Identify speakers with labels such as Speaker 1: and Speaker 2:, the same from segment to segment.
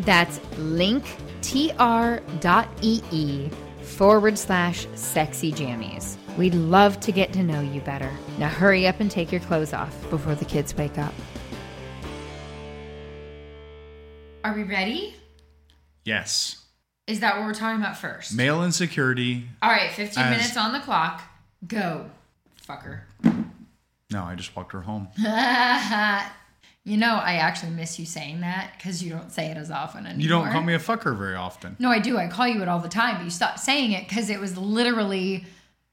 Speaker 1: That's linktr.ee E forward slash sexy jammies. We'd love to get to know you better. Now hurry up and take your clothes off before the kids wake up. Are we ready?
Speaker 2: Yes.
Speaker 1: Is that what we're talking about first?
Speaker 2: Male insecurity.
Speaker 1: All right, 15
Speaker 2: As-
Speaker 1: minutes on the clock. Go, fucker.
Speaker 2: No, I just walked her home.
Speaker 1: you know, I actually miss you saying that because you don't say it as often anymore.
Speaker 2: You don't call me a fucker very often.
Speaker 1: No, I do. I call you it all the time, but you stopped saying it because it was literally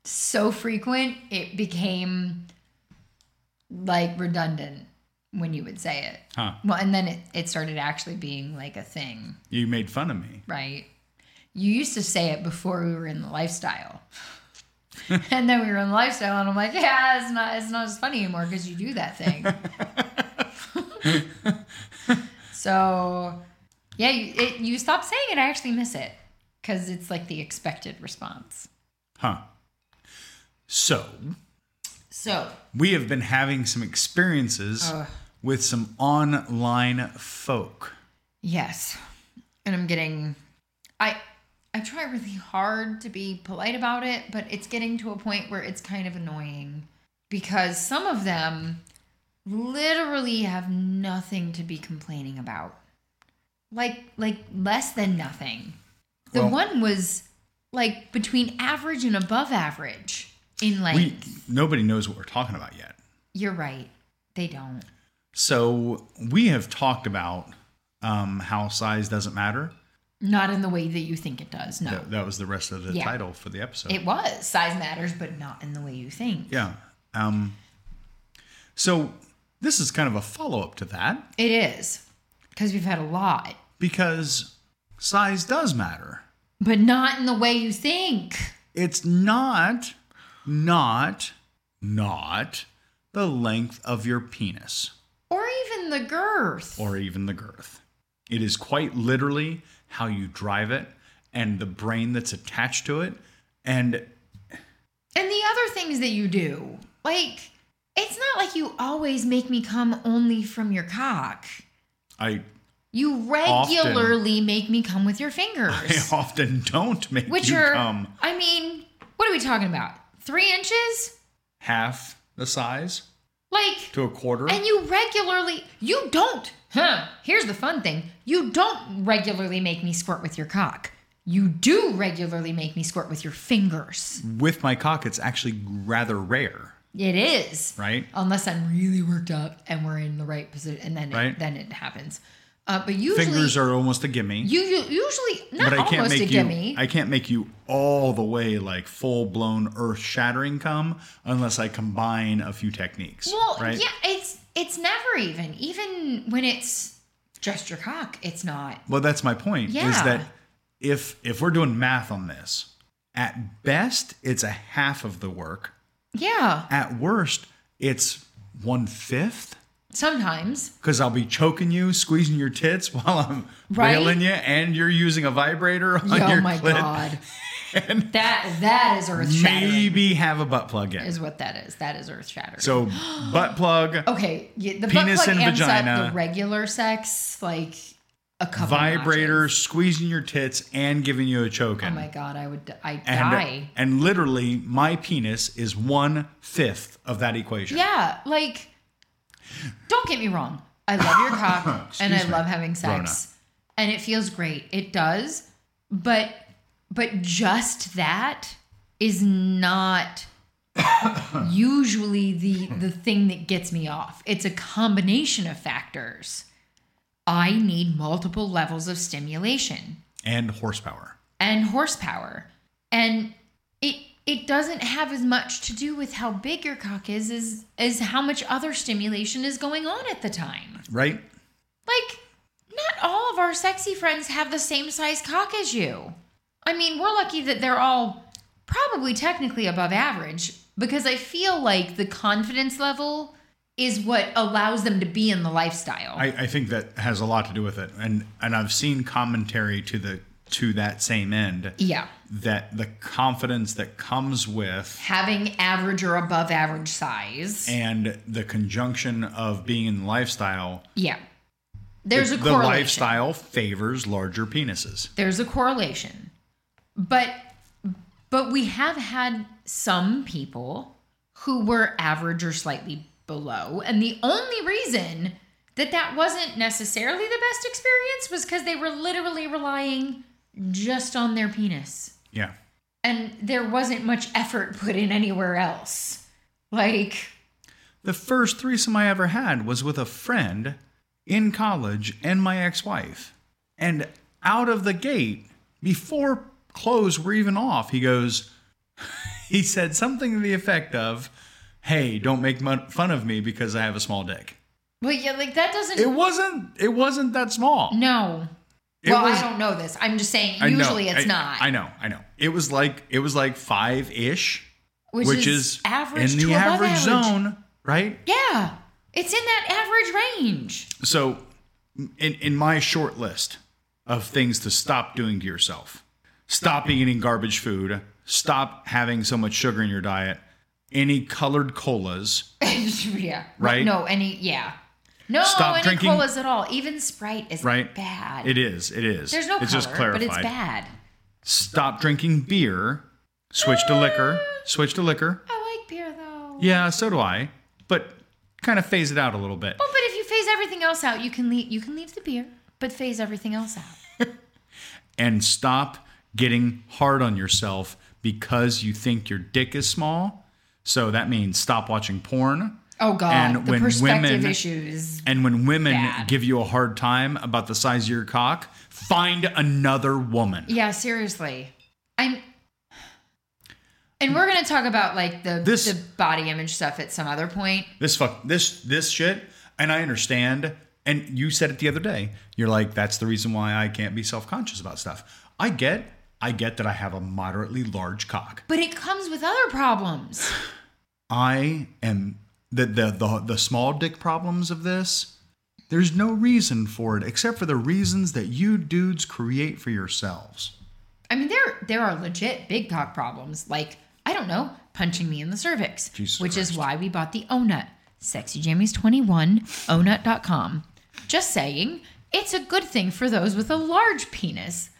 Speaker 1: so frequent it became like redundant when you would say it.
Speaker 2: Huh.
Speaker 1: Well, and then it, it started actually being like a thing,
Speaker 2: You made fun of me.
Speaker 1: right? You used to say it before we were in the lifestyle. and then we were in the lifestyle, and I'm like, yeah, it's not, it's not as funny anymore because you do that thing. so, yeah, you, it, you stop saying it. I actually miss it because it's like the expected response.
Speaker 2: Huh. So,
Speaker 1: So,
Speaker 2: we have been having some experiences
Speaker 1: Uh.
Speaker 2: with some online folk.
Speaker 1: yes, and I'm getting, I, I try really hard to be polite about it, but it's getting to a point where it's kind of annoying because some of them literally have nothing to be complaining about. Like like less than nothing. The
Speaker 2: Well-
Speaker 1: one was like between average and above average in length.
Speaker 2: We nobody knows what we're talking about yet.
Speaker 1: You're right. They don't.
Speaker 2: So we have talked about um, how size doesn't matter.
Speaker 1: Not in the way that you think it does. No.
Speaker 2: That, that was the rest of the
Speaker 1: Yeah.
Speaker 2: title for the episode.
Speaker 1: It was. Size matters, but not in the way you think.
Speaker 2: yeah. Um, so this is kind of a follow up to that
Speaker 1: It is. Because we've had a lot,
Speaker 2: because size does matter.
Speaker 1: but not in the way you think.
Speaker 2: It's not, not, not the length of your penis.
Speaker 1: Or even the girth.
Speaker 2: or even the girth. It is quite literally how you drive it and the brain that's attached to it. And
Speaker 1: And the other things that you do. Like, it's not like you always make me come only from your cock.
Speaker 2: I,
Speaker 1: You regularly make me come with your
Speaker 2: I
Speaker 1: fingers.
Speaker 2: often don't make
Speaker 1: Which
Speaker 2: you
Speaker 1: are,
Speaker 2: come
Speaker 1: I mean, what are we talking about? Three inches?
Speaker 2: half the size
Speaker 1: Like,
Speaker 2: to a quarter.
Speaker 1: and you regularly, you don't, huh? Here's the fun thing you don't regularly make me squirt with your cock. You do regularly make me squirt with your fingers.
Speaker 2: With my cock, it's actually rather rare,
Speaker 1: It is.
Speaker 2: right?
Speaker 1: unless I'm really worked up and we're in the right position, and then it,
Speaker 2: Right.
Speaker 1: then it happens. Uh, but usually,
Speaker 2: Fingers are almost a gimme.
Speaker 1: you, you usually not
Speaker 2: but I can't
Speaker 1: almost a
Speaker 2: make you.
Speaker 1: gimme.
Speaker 2: I can't make you all the way like full blown earth shattering come unless I combine a few techniques.
Speaker 1: well,
Speaker 2: right?
Speaker 1: yeah, it's it's never even even when it's just your cock, it's not.
Speaker 2: Well, that's my point. Is
Speaker 1: Yeah.
Speaker 2: that if if we're doing math on this, at best it's a half of the work.
Speaker 1: Yeah,
Speaker 2: At worst, it's one fifth.
Speaker 1: sometimes
Speaker 2: Because I'll be choking you, squeezing your tits while I'm
Speaker 1: Right?
Speaker 2: railing you, and you're using a vibrator on
Speaker 1: oh
Speaker 2: your
Speaker 1: my
Speaker 2: clit.
Speaker 1: god that that is earth shattering
Speaker 2: Maybe have a butt plug in.
Speaker 1: is Oh, what that is that is earth shattering
Speaker 2: So butt plug,
Speaker 1: okay yeah, the
Speaker 2: Penis
Speaker 1: butt plug
Speaker 2: and
Speaker 1: amps up
Speaker 2: vagina.
Speaker 1: the regular sex like a couple
Speaker 2: vibrator,
Speaker 1: notches.
Speaker 2: squeezing your tits, and giving you a choking.
Speaker 1: oh my god i would i would
Speaker 2: and,
Speaker 1: die
Speaker 2: and literally, my penis is one fifth of that equation.
Speaker 1: yeah like don't get me wrong i love your cock and i
Speaker 2: Excuse me,
Speaker 1: love having sex and it feels great it does but but just that is not usually the the thing that gets me off. It's a combination of factors. I need multiple levels of stimulation
Speaker 2: and horsepower.
Speaker 1: and horsepower. And it it doesn't have as much to do with how big your cock is as as how much other stimulation is going on at the time.
Speaker 2: Right?
Speaker 1: Like not all of our sexy friends have the same size cock as you. I mean, we're lucky that they're all probably technically above average because I feel like the confidence level is what allows them to be in the lifestyle.
Speaker 2: I, I think that has a lot to do with it. And and I've seen commentary to the to that same end
Speaker 1: yeah.
Speaker 2: that the confidence that comes with
Speaker 1: Having average or above average size.
Speaker 2: and the conjunction of being in the lifestyle
Speaker 1: Yeah. There's a
Speaker 2: the
Speaker 1: correlation.
Speaker 2: lifestyle favors larger penises.
Speaker 1: There's a correlation. But but we have had some people who were average or slightly below and the only reason that that wasn't necessarily the best experience was cuz they were literally relying just on their penis
Speaker 2: Yeah.
Speaker 1: and there wasn't much effort put in anywhere else. Like
Speaker 2: The first threesome I ever had was with a friend in college and my ex wife. And out of the gate, before clothes were even off, he goes, he said something to the effect of, Hey, don't make mun- fun of me because I have a small dick.
Speaker 1: well yeah, like that doesn't
Speaker 2: It wasn't. It wasn't that small.
Speaker 1: no.
Speaker 2: It
Speaker 1: well,
Speaker 2: was-
Speaker 1: I don't know this. I'm just saying
Speaker 2: I know,
Speaker 1: usually it's
Speaker 2: I-
Speaker 1: not.
Speaker 2: I know. I know. It was like it was like five ish,
Speaker 1: which, is, average
Speaker 2: in the
Speaker 1: to above
Speaker 2: average,
Speaker 1: average
Speaker 2: zone, right?
Speaker 1: Yeah, it's in that average range.
Speaker 2: So, in in my short list of things to stop doing to yourself, stop eating garbage food, stop having so much sugar in your diet, any colored colas,
Speaker 1: yeah.
Speaker 2: Right?
Speaker 1: No, any yeah. No,
Speaker 2: Stop
Speaker 1: any
Speaker 2: drinking-
Speaker 1: colas at all. Even Sprite is
Speaker 2: right?
Speaker 1: bad.
Speaker 2: It is. It is.
Speaker 1: There's no
Speaker 2: it's
Speaker 1: color,
Speaker 2: just clarified.
Speaker 1: but it's bad.
Speaker 2: Stop drinking beer. Switch to liquor. Switch to liquor.
Speaker 1: I like beer though.
Speaker 2: Yeah, so do I. But kind of phase it out a little bit.
Speaker 1: Oh, but if you phase everything else out, you can leave. You can leave the beer, but phase everything else out.
Speaker 2: and stop getting hard on yourself because you think your dick is small. So that means stop watching porn.
Speaker 1: Oh God,
Speaker 2: And
Speaker 1: the
Speaker 2: when
Speaker 1: perspective
Speaker 2: women-
Speaker 1: issues.
Speaker 2: And when women
Speaker 1: Bad.
Speaker 2: give you a hard time about the size of your cock, find another woman.
Speaker 1: Yeah, seriously. I'm. And we're gonna talk about like the
Speaker 2: This-
Speaker 1: the body image stuff at some other point.
Speaker 2: This fuck this this shit, and I understand. And you said it the other day. You're like, that's the reason why I can't be self-conscious about stuff. I get I get that I have a moderately large cock.
Speaker 1: But it comes with other problems.
Speaker 2: I am the the the, the small dick problems of this. There's no reason for it except for the reasons that you dudes create for yourselves.
Speaker 1: I mean, there there are legit big cock problems. Like I don't know, punching me in the cervix,
Speaker 2: Jesus
Speaker 1: which is
Speaker 2: Christ.
Speaker 1: why we bought the Onut. SexyJamies21, Onut.com. Just saying, it's a good thing for those with a large penis,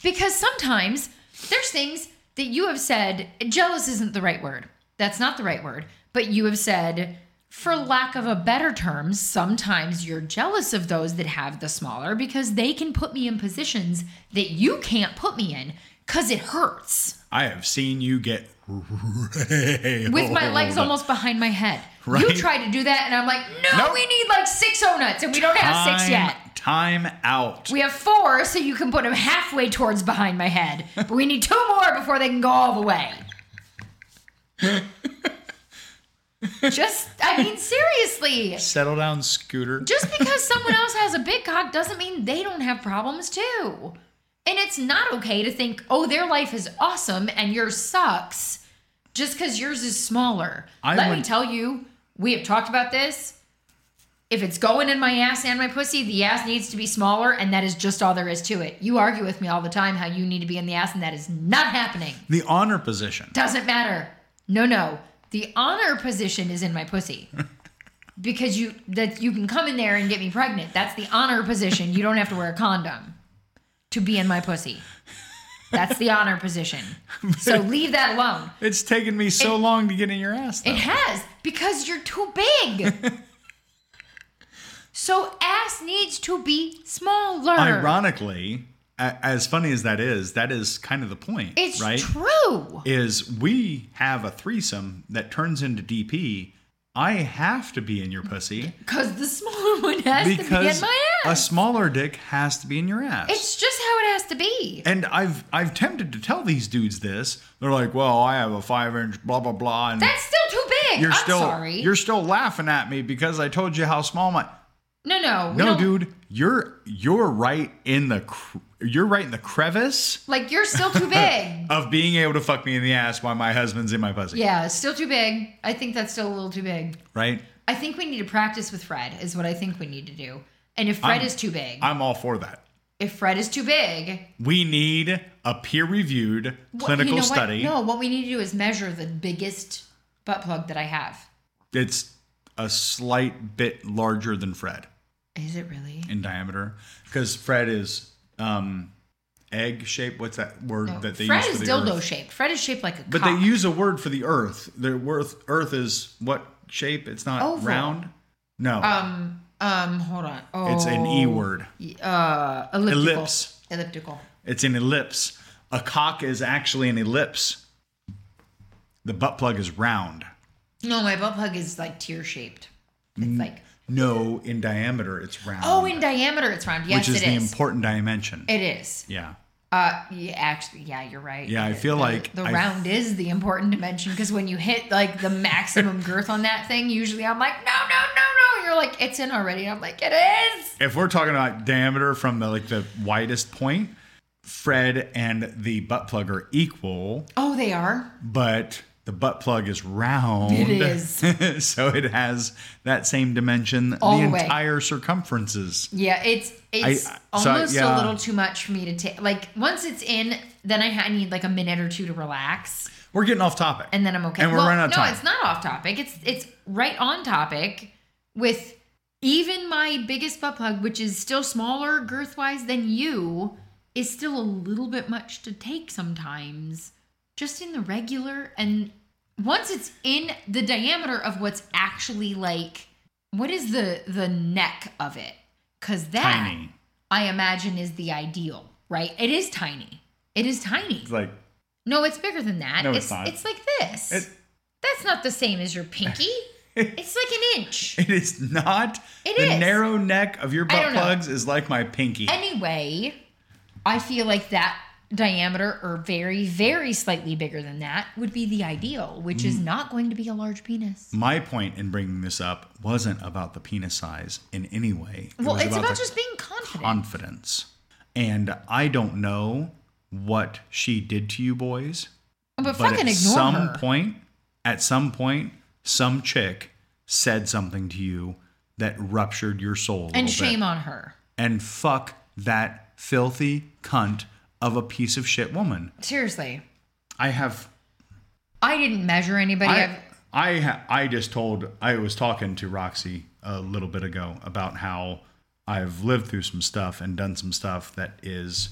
Speaker 1: because sometimes there's things that you have said. Jealous isn't the right word. That's not the right word. But you have said. For lack of a better term, sometimes you're jealous of those that have the smaller because they can put me in positions that you can't put me in because it hurts
Speaker 2: I have seen you get
Speaker 1: with my legs almost behind my head. You
Speaker 2: Oh, Right.
Speaker 1: try to do that, and I'm like, no,
Speaker 2: Nope.
Speaker 1: we need like six O nuts, and we don't have
Speaker 2: time,
Speaker 1: six yet.
Speaker 2: Time out.
Speaker 1: We have four, so you can put them halfway towards behind my head, but we need two more before they can go all the way. Just, I mean, seriously.
Speaker 2: Settle down, Scooter.
Speaker 1: Just because someone else has a big cock doesn't mean they don't have problems too. And it's not okay to think, oh, their life is awesome and yours sucks just because yours is smaller.
Speaker 2: I
Speaker 1: Let me
Speaker 2: would-
Speaker 1: tell you, we have talked about this. If it's going in my ass and my pussy, the ass needs to be smaller, and that is just all there is to it. You argue with me all the time how you need to be in the ass, and that is not happening.
Speaker 2: The honor position.
Speaker 1: Doesn't matter. No, no. The honor position is in my pussy. Because you that you can come in there and get me pregnant. That's the honor position. You don't have to wear a condom to be in my pussy. That's the honor position. So leave that alone.
Speaker 2: It's taken me so long to get in your ass. Though.
Speaker 1: It has because you're too big. So ass needs to be smaller.
Speaker 2: Ironically, a- as funny as that is, that is kind of the point,
Speaker 1: It's
Speaker 2: right?
Speaker 1: true.
Speaker 2: is we have a threesome that turns into DP. I have to be in your pussy
Speaker 1: Because the smaller one has to be in
Speaker 2: because
Speaker 1: my
Speaker 2: a
Speaker 1: ass.
Speaker 2: smaller dick has to be in your ass.
Speaker 1: it's just how it has to be.
Speaker 2: and I've I've tempted to tell these dudes this. They're like, "Well, I have a five inch blah blah blah," and
Speaker 1: That's still too big.
Speaker 2: you're
Speaker 1: I'm
Speaker 2: still
Speaker 1: sorry.
Speaker 2: you're still laughing at me because I told you how small my
Speaker 1: no, no. we
Speaker 2: no,
Speaker 1: don't-
Speaker 2: dude, you're you're right in the cr- you're right in the crevice
Speaker 1: Like, you're still too big.
Speaker 2: of being able to fuck me in the ass while my husband's in my pussy,
Speaker 1: yeah, it's still too big. I think that's still a little too big.
Speaker 2: right?
Speaker 1: I think we need to practice with Fred, is what I think we need to do. And if Fred
Speaker 2: I'm-
Speaker 1: is too big,
Speaker 2: I'm all for that.
Speaker 1: if Fred is too big,
Speaker 2: We need a peer-reviewed
Speaker 1: what-
Speaker 2: clinical
Speaker 1: you know what?
Speaker 2: study.
Speaker 1: No, what we need to do is measure the biggest butt plug that I have.
Speaker 2: It's a slight bit larger than Fred
Speaker 1: Is it really?
Speaker 2: in diameter because Fred is um, egg shaped. What's that word
Speaker 1: No.
Speaker 2: that they
Speaker 1: Fred
Speaker 2: use
Speaker 1: is
Speaker 2: for the
Speaker 1: dildo
Speaker 2: Earth?
Speaker 1: shaped. Fred is shaped like a
Speaker 2: But
Speaker 1: cock.
Speaker 2: they use a word for the Earth. The Earth, Earth is what shape? It's not
Speaker 1: Oval.
Speaker 2: round. No,
Speaker 1: um um hold on. Oh,
Speaker 2: it's an E word.
Speaker 1: Uh, elliptical.
Speaker 2: Ellipse.
Speaker 1: Elliptical.
Speaker 2: It's an ellipse. A cock is actually an ellipse. The butt plug is round.
Speaker 1: No, my butt plug is like tear shaped.
Speaker 2: Mm.
Speaker 1: It's like
Speaker 2: No, in diameter it's round.
Speaker 1: oh, in diameter it's round. Yes,
Speaker 2: which is
Speaker 1: it
Speaker 2: the
Speaker 1: is.
Speaker 2: important dimension.
Speaker 1: it is.
Speaker 2: yeah.
Speaker 1: Uh, yeah, actually, yeah, you're right.
Speaker 2: Yeah, I
Speaker 1: It-
Speaker 2: feel
Speaker 1: the-
Speaker 2: like
Speaker 1: the
Speaker 2: I-
Speaker 1: round is the important dimension because when you hit like the maximum girth on that thing, usually I'm like, no, no, no, no. You're like, it's in already. And I'm like, it is.
Speaker 2: If we're talking about diameter from the like the widest point, Fred and the butt plug are equal,
Speaker 1: Oh, they are.
Speaker 2: but the butt plug is round.
Speaker 1: It is.
Speaker 2: so it has that same dimension.
Speaker 1: All
Speaker 2: the
Speaker 1: the way.
Speaker 2: entire circumferences.
Speaker 1: Yeah, it's it's
Speaker 2: I- uh, so,
Speaker 1: almost
Speaker 2: yeah.
Speaker 1: a little too much for me to take. Like once it's in, then I, ha- I need like a minute or two to relax,
Speaker 2: We're getting off topic.
Speaker 1: and then I'm okay.
Speaker 2: And we're
Speaker 1: Well,
Speaker 2: running out of
Speaker 1: no,
Speaker 2: time.
Speaker 1: it's not off topic. It's it's right on topic with even my biggest butt plug, which is still smaller girth wise than you, is still a little bit much to take sometimes. Just in the regular and once it's in the diameter of what's actually like what is the the neck of it? Cause that
Speaker 2: Tiny.
Speaker 1: I imagine is the ideal, right? It is tiny. It is tiny.
Speaker 2: It's like
Speaker 1: No, it's bigger than that.
Speaker 2: No,
Speaker 1: it's,
Speaker 2: it's
Speaker 1: it's
Speaker 2: not.
Speaker 1: like this.
Speaker 2: it,
Speaker 1: That's not the same as your pinky. it's like an inch.
Speaker 2: it is not
Speaker 1: It
Speaker 2: the
Speaker 1: is.
Speaker 2: narrow neck of your butt
Speaker 1: don't know.
Speaker 2: plugs is like my pinky.
Speaker 1: Anyway, I feel like that diameter or very, very slightly bigger than that would be the ideal, which
Speaker 2: Mm.
Speaker 1: is not going to be a large penis.
Speaker 2: my point in bringing this up wasn't about the penis size in any way. It
Speaker 1: Well,
Speaker 2: was
Speaker 1: it's about,
Speaker 2: the
Speaker 1: just being confident.
Speaker 2: confidence. And I don't know what she did to you boys,
Speaker 1: but,
Speaker 2: but
Speaker 1: fucking ignore
Speaker 2: at some
Speaker 1: her.
Speaker 2: point, at some point, some chick said something to you that ruptured your soul. a
Speaker 1: and
Speaker 2: little
Speaker 1: shame
Speaker 2: bit.
Speaker 1: on her.
Speaker 2: And fuck that filthy cunt of a piece of shit woman.
Speaker 1: Seriously.
Speaker 2: I have
Speaker 1: I didn't measure anybody.
Speaker 2: I,
Speaker 1: I've-
Speaker 2: I ha- I just told I was talking to Roxy a little bit ago about how I've lived through some stuff and done some stuff that is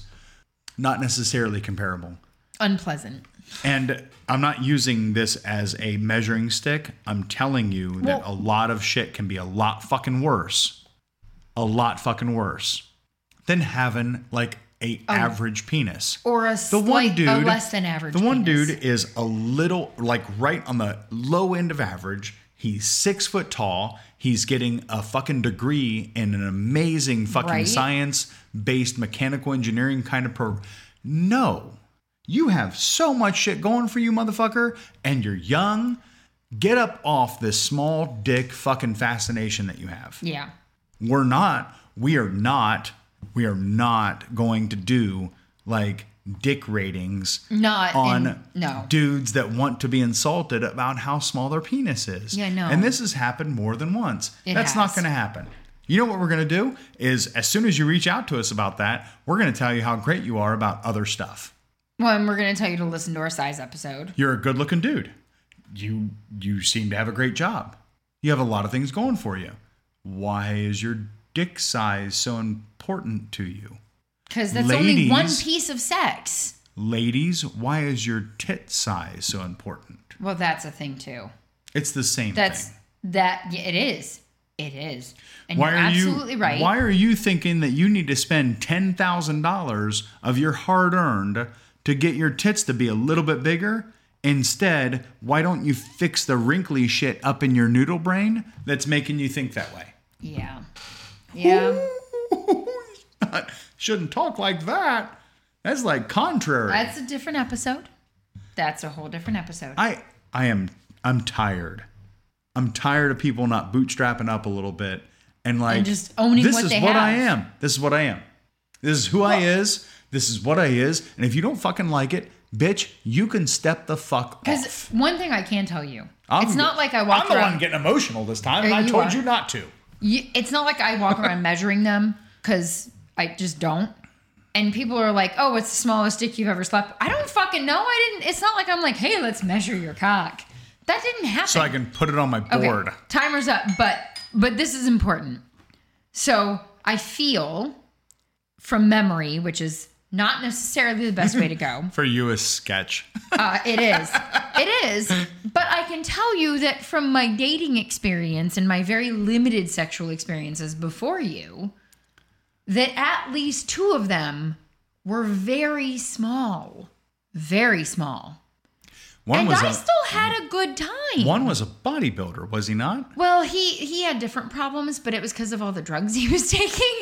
Speaker 2: not necessarily comparable.
Speaker 1: unpleasant.
Speaker 2: And I'm not using this as a measuring stick. I'm telling you that a
Speaker 1: Well-
Speaker 2: lot of shit can be a lot fucking worse. A lot fucking worse than having like a average penis
Speaker 1: Or a,
Speaker 2: the one
Speaker 1: slight-
Speaker 2: dude
Speaker 1: a less than average.
Speaker 2: the one
Speaker 1: penis.
Speaker 2: dude is a little like right on the low end of average he's six foot tall he's getting a fucking degree in an amazing fucking
Speaker 1: Right.
Speaker 2: science based mechanical engineering kind of program no you have so much shit going for you motherfucker and you're young get up off this small dick fucking fascination that you have
Speaker 1: Yeah.
Speaker 2: we're not we are not we are not going to do like dick ratings
Speaker 1: Not
Speaker 2: on
Speaker 1: in- no.
Speaker 2: dudes that want to be insulted about how small their penis is
Speaker 1: Yeah, no.
Speaker 2: and this has happened more than once
Speaker 1: It
Speaker 2: that's not
Speaker 1: has.
Speaker 2: going to happen you know what we're going to do is as soon as you reach out to us about that we're going to tell you how great you are about other stuff
Speaker 1: Well, and we're going to tell you to listen to our size episode.
Speaker 2: you're a good looking dude. You you seem to have a great job. You have a lot of things going for you. Why is your dick size so important to you?
Speaker 1: Because that's only one
Speaker 2: Ladies-
Speaker 1: piece of sex.
Speaker 2: Ladies, why is your tit size so important?
Speaker 1: Well, that's a thing too.
Speaker 2: It's the same
Speaker 1: That's
Speaker 2: thing.
Speaker 1: that yeah, it is. It is. And you're absolutely
Speaker 2: you,
Speaker 1: right.
Speaker 2: Why are you thinking that you need to spend ten thousand dollars of your hard earned to get your tits to be a little bit bigger? Instead, why don't you fix the wrinkly shit up in your noodle brain that's making you think that way?
Speaker 1: yeah. Yeah.
Speaker 2: Shouldn't talk like that. That's like contrary.
Speaker 1: That's a different episode. That's a whole different episode.
Speaker 2: I I am I'm tired. I'm tired of people not bootstrapping up a little bit and like
Speaker 1: And just owning
Speaker 2: this
Speaker 1: what
Speaker 2: is
Speaker 1: they
Speaker 2: what I
Speaker 1: have."
Speaker 2: am. This is what I am. This is who I is. This is what I is. And if you don't fucking like it, bitch, you can step the fuck
Speaker 1: Because
Speaker 2: off.
Speaker 1: one thing I can tell you,
Speaker 2: I'm-
Speaker 1: it's not like I walk
Speaker 2: I'm the
Speaker 1: around.
Speaker 2: one getting emotional this time, and
Speaker 1: Uh,
Speaker 2: I
Speaker 1: you
Speaker 2: told
Speaker 1: are.
Speaker 2: you not to.
Speaker 1: you- it's not like I walk around measuring them because I just don't. And people are like, "Oh, it's the smallest dick you've ever slept." I don't fucking know. I didn't. It's not like I'm like, "Hey, let's measure your cock." That didn't happen.
Speaker 2: So I can put it on my
Speaker 1: Okay,
Speaker 2: board.
Speaker 1: Timer's up, but but this is important. So I feel from memory, which is not necessarily the best way to go.
Speaker 2: For you is sketch.
Speaker 1: Uh, it is. It is. But I can tell you that from my dating experience and my very limited sexual experiences before you, that at least two of them were very small. Very small.
Speaker 2: One
Speaker 1: and
Speaker 2: was
Speaker 1: I
Speaker 2: a,
Speaker 1: still had a good time.
Speaker 2: one was a bodybuilder, was he not?
Speaker 1: Well, he he had different problems, but it was because of all the drugs he was taking.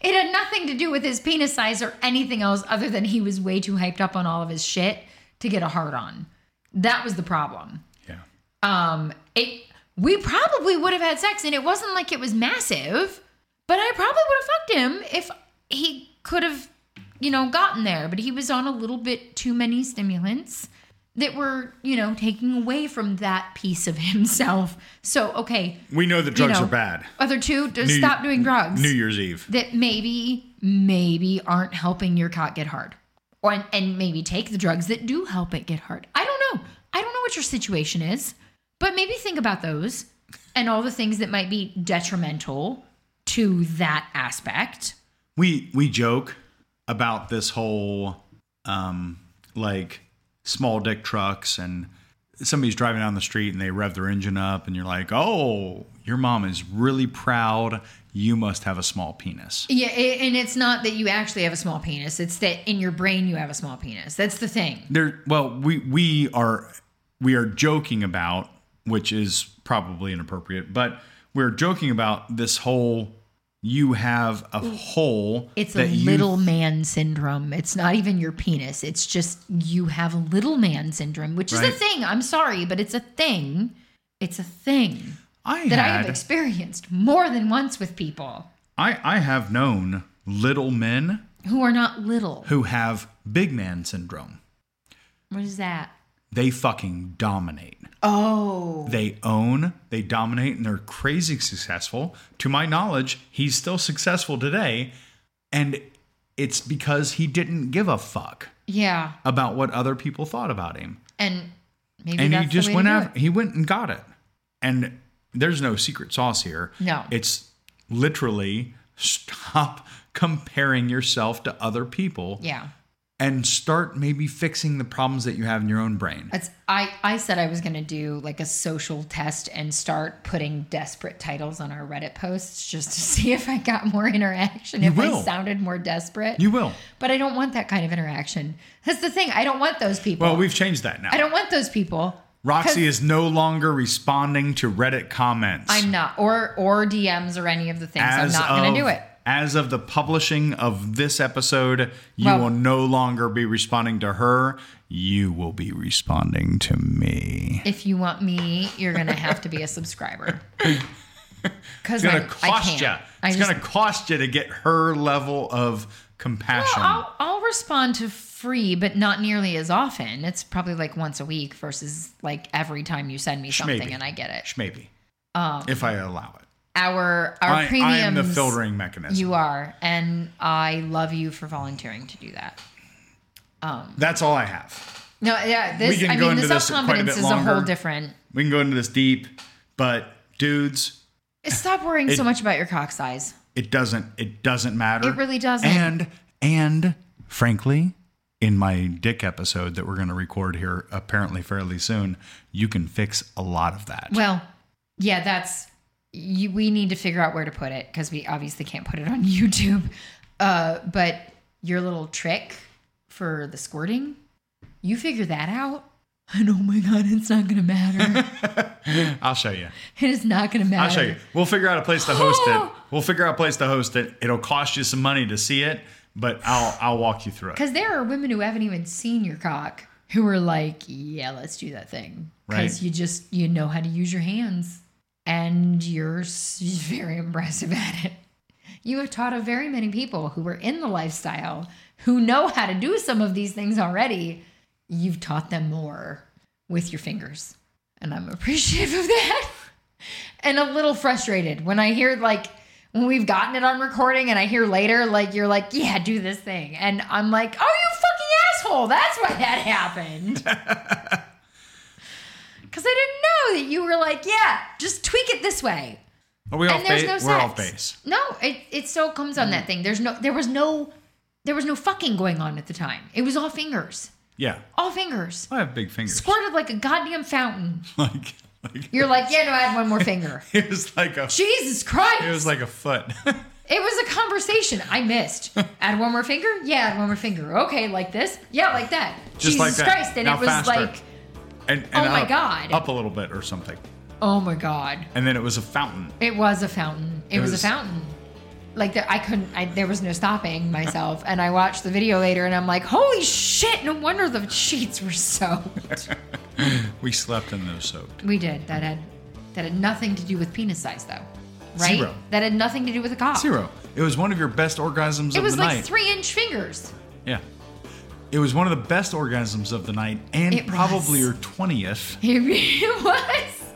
Speaker 1: It had nothing to do with his penis size or anything else other than he was way too hyped up on all of his shit to get a hard on. That was the problem.
Speaker 2: Yeah.
Speaker 1: Um it we probably would have had sex and it wasn't like it was massive, but I probably would have fucked him if he could have you know gotten there, but he was on a little bit too many stimulants that were, you know, taking away from that piece of himself. So, okay,
Speaker 2: We know that
Speaker 1: you
Speaker 2: drugs
Speaker 1: know,
Speaker 2: are bad.
Speaker 1: Other two, just
Speaker 2: New-
Speaker 1: stop doing drugs
Speaker 2: New Year's Eve.
Speaker 1: that maybe, maybe aren't helping your cock get hard. Or, and maybe take the drugs that do help it get hard. I don't know. I don't know what your situation is, but maybe think about those and all the things that might be detrimental to that aspect.
Speaker 2: we we joke about this whole um like small dick trucks and somebody's driving down the street and they rev their engine up and you're like oh your mom is really proud you must have a small penis
Speaker 1: Yeah, a- and it's not that you actually have a small penis, it's that in your brain you have a small penis. That's the thing.
Speaker 2: there well we we are we are joking about which is probably inappropriate but we're joking about this whole you have a hole
Speaker 1: It's a
Speaker 2: that you
Speaker 1: little man syndrome. It's not even your penis. It's just you have little man syndrome, which is
Speaker 2: Right.
Speaker 1: a thing. I'm sorry, but it's a thing. It's a thing
Speaker 2: I
Speaker 1: that I
Speaker 2: had.
Speaker 1: have experienced more than once with people
Speaker 2: I, I have known little men
Speaker 1: who are not little.
Speaker 2: who have big man syndrome.
Speaker 1: What is that?
Speaker 2: They fucking dominate.
Speaker 1: Oh.
Speaker 2: They own, they dominate, and they're crazy successful. To my knowledge, he's still successful today. And it's because he didn't give a fuck
Speaker 1: Yeah.
Speaker 2: about what other people thought about him.
Speaker 1: And maybe
Speaker 2: and
Speaker 1: that's
Speaker 2: he just
Speaker 1: the way
Speaker 2: went
Speaker 1: to do
Speaker 2: out,
Speaker 1: it.
Speaker 2: he went and got it. And there's no secret sauce here.
Speaker 1: No.
Speaker 2: It's literally stop comparing yourself to other people.
Speaker 1: Yeah.
Speaker 2: and start maybe fixing the problems that you have in your own brain.
Speaker 1: That's I I said I was going to do like a social test and start putting desperate titles on our Reddit posts just to see if I got more interaction if I
Speaker 2: will.
Speaker 1: sounded more desperate.
Speaker 2: You will.
Speaker 1: But I don't want that kind of interaction. That's the thing. I don't want those people.
Speaker 2: Well, we've changed that now.
Speaker 1: I don't want those people.
Speaker 2: Roxy is no longer responding to Reddit comments.
Speaker 1: I'm not or or DMs or any of the things. I'm not going to do it.
Speaker 2: As of the publishing of this episode, you
Speaker 1: Well-
Speaker 2: will no longer be responding to her. You will be responding to me.
Speaker 1: If you want me, you're going to have to be a subscriber. Because
Speaker 2: It's
Speaker 1: I,
Speaker 2: gonna
Speaker 1: I
Speaker 2: cost
Speaker 1: can't.
Speaker 2: you.
Speaker 1: I
Speaker 2: It's
Speaker 1: just,
Speaker 2: gonna cost you to get her level of compassion.
Speaker 1: Well, I'll, I'll respond to free, but not nearly as often. It's probably like once a week versus like every time you send me something
Speaker 2: Maybe.
Speaker 1: and I get it.
Speaker 2: Maybe. if I allow it.
Speaker 1: Our Um, our
Speaker 2: I,
Speaker 1: premiums.
Speaker 2: I am the filtering mechanism.
Speaker 1: You are, and I love you for volunteering to do that.
Speaker 2: That's all I have.
Speaker 1: No, yeah, this.
Speaker 2: can
Speaker 1: I
Speaker 2: go
Speaker 1: mean, the
Speaker 2: into this
Speaker 1: self
Speaker 2: quite a
Speaker 1: confidence
Speaker 2: bit
Speaker 1: is a whole
Speaker 2: longer.
Speaker 1: different.
Speaker 2: We can go into this deep, but dudes,
Speaker 1: Stop worrying so much about your cock size.
Speaker 2: it doesn't it doesn't matter.
Speaker 1: It really doesn't.
Speaker 2: And and frankly, in my dick episode that we're going to record here apparently fairly soon, you can fix a lot of that.
Speaker 1: Well, yeah, that's you, we need to figure out where to put it because we obviously can't put it on YouTube. Uh, but your little trick for the squirting, you figure that out. And oh my God, it's not going to matter.
Speaker 2: I'll show you.
Speaker 1: it is not going to matter.
Speaker 2: I'll show you. We'll figure out a place to host it. We'll figure out a place to host it. It'll cost you some money to see it, but I'll I'll walk you through it.
Speaker 1: Because there are women who haven't even seen your cock who are like, yeah, let's do that thing. Because
Speaker 2: Right.
Speaker 1: you just, you know how to use your hands and you're s- very impressive at it. You have taught of very many people who were in the lifestyle who know how to do some of these things already. You've taught them more with your fingers. And I'm appreciative of that. and a little frustrated when I hear like when we've gotten it on recording and I hear later like you're like, yeah, do this thing. And I'm like, oh you fucking asshole. That's why that happened. Cause I didn't know that you were like, yeah, just tweak it this way.
Speaker 2: Are we off
Speaker 1: and there's
Speaker 2: base?
Speaker 1: no sex.
Speaker 2: We're off base. Mm.
Speaker 1: No, it, it still comes on that thing. There's no there was no there was no fucking going on at the time. It was all fingers.
Speaker 2: Yeah.
Speaker 1: All fingers.
Speaker 2: I have big fingers.
Speaker 1: Squirted like a goddamn fountain.
Speaker 2: Like like
Speaker 1: You're like, yeah, no, I had one more finger.
Speaker 2: it was like a
Speaker 1: Jesus Christ.
Speaker 2: it was like a foot.
Speaker 1: It was a conversation I missed. add one more finger? Yeah, add one more finger. Okay, like this? Yeah, like that.
Speaker 2: Just
Speaker 1: Jesus
Speaker 2: like that.
Speaker 1: Christ. And
Speaker 2: Now
Speaker 1: it was
Speaker 2: faster.
Speaker 1: like,
Speaker 2: and, and
Speaker 1: Oh my
Speaker 2: up,
Speaker 1: God.
Speaker 2: Up a little bit or something.
Speaker 1: oh my God.
Speaker 2: And then it was a fountain.
Speaker 1: It was a fountain. It,
Speaker 2: It
Speaker 1: was,
Speaker 2: was-
Speaker 1: a fountain. Like there, I couldn't. I, there was no stopping myself. and I watched the video later, and I'm like, "Holy shit! No wonder the sheets were soaked."
Speaker 2: We slept in those soaked.
Speaker 1: we did. That had that had nothing to do with penis size, though, right?
Speaker 2: Zero.
Speaker 1: That had nothing to do with the cock.
Speaker 2: Zero. It was one of your best orgasms
Speaker 1: It
Speaker 2: of
Speaker 1: was
Speaker 2: the
Speaker 1: like
Speaker 2: night.
Speaker 1: three inch fingers.
Speaker 2: yeah. It was one of the best orgasms of the night and
Speaker 1: It
Speaker 2: probably
Speaker 1: was.
Speaker 2: your 20th.
Speaker 1: It really was.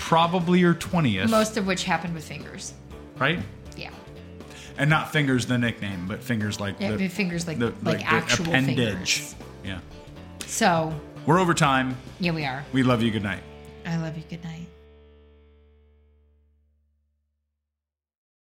Speaker 2: Probably your 20th.
Speaker 1: Most of which happened with fingers.
Speaker 2: right?
Speaker 1: Yeah.
Speaker 2: And not fingers the nickname, but fingers like
Speaker 1: Yeah,
Speaker 2: the
Speaker 1: but fingers like
Speaker 2: the-
Speaker 1: like,
Speaker 2: the
Speaker 1: actual
Speaker 2: appendage.
Speaker 1: fingers.
Speaker 2: Yeah.
Speaker 1: So
Speaker 2: We're over time.
Speaker 1: yeah, we are.
Speaker 2: We love you. Good night.
Speaker 1: I love you. Good night.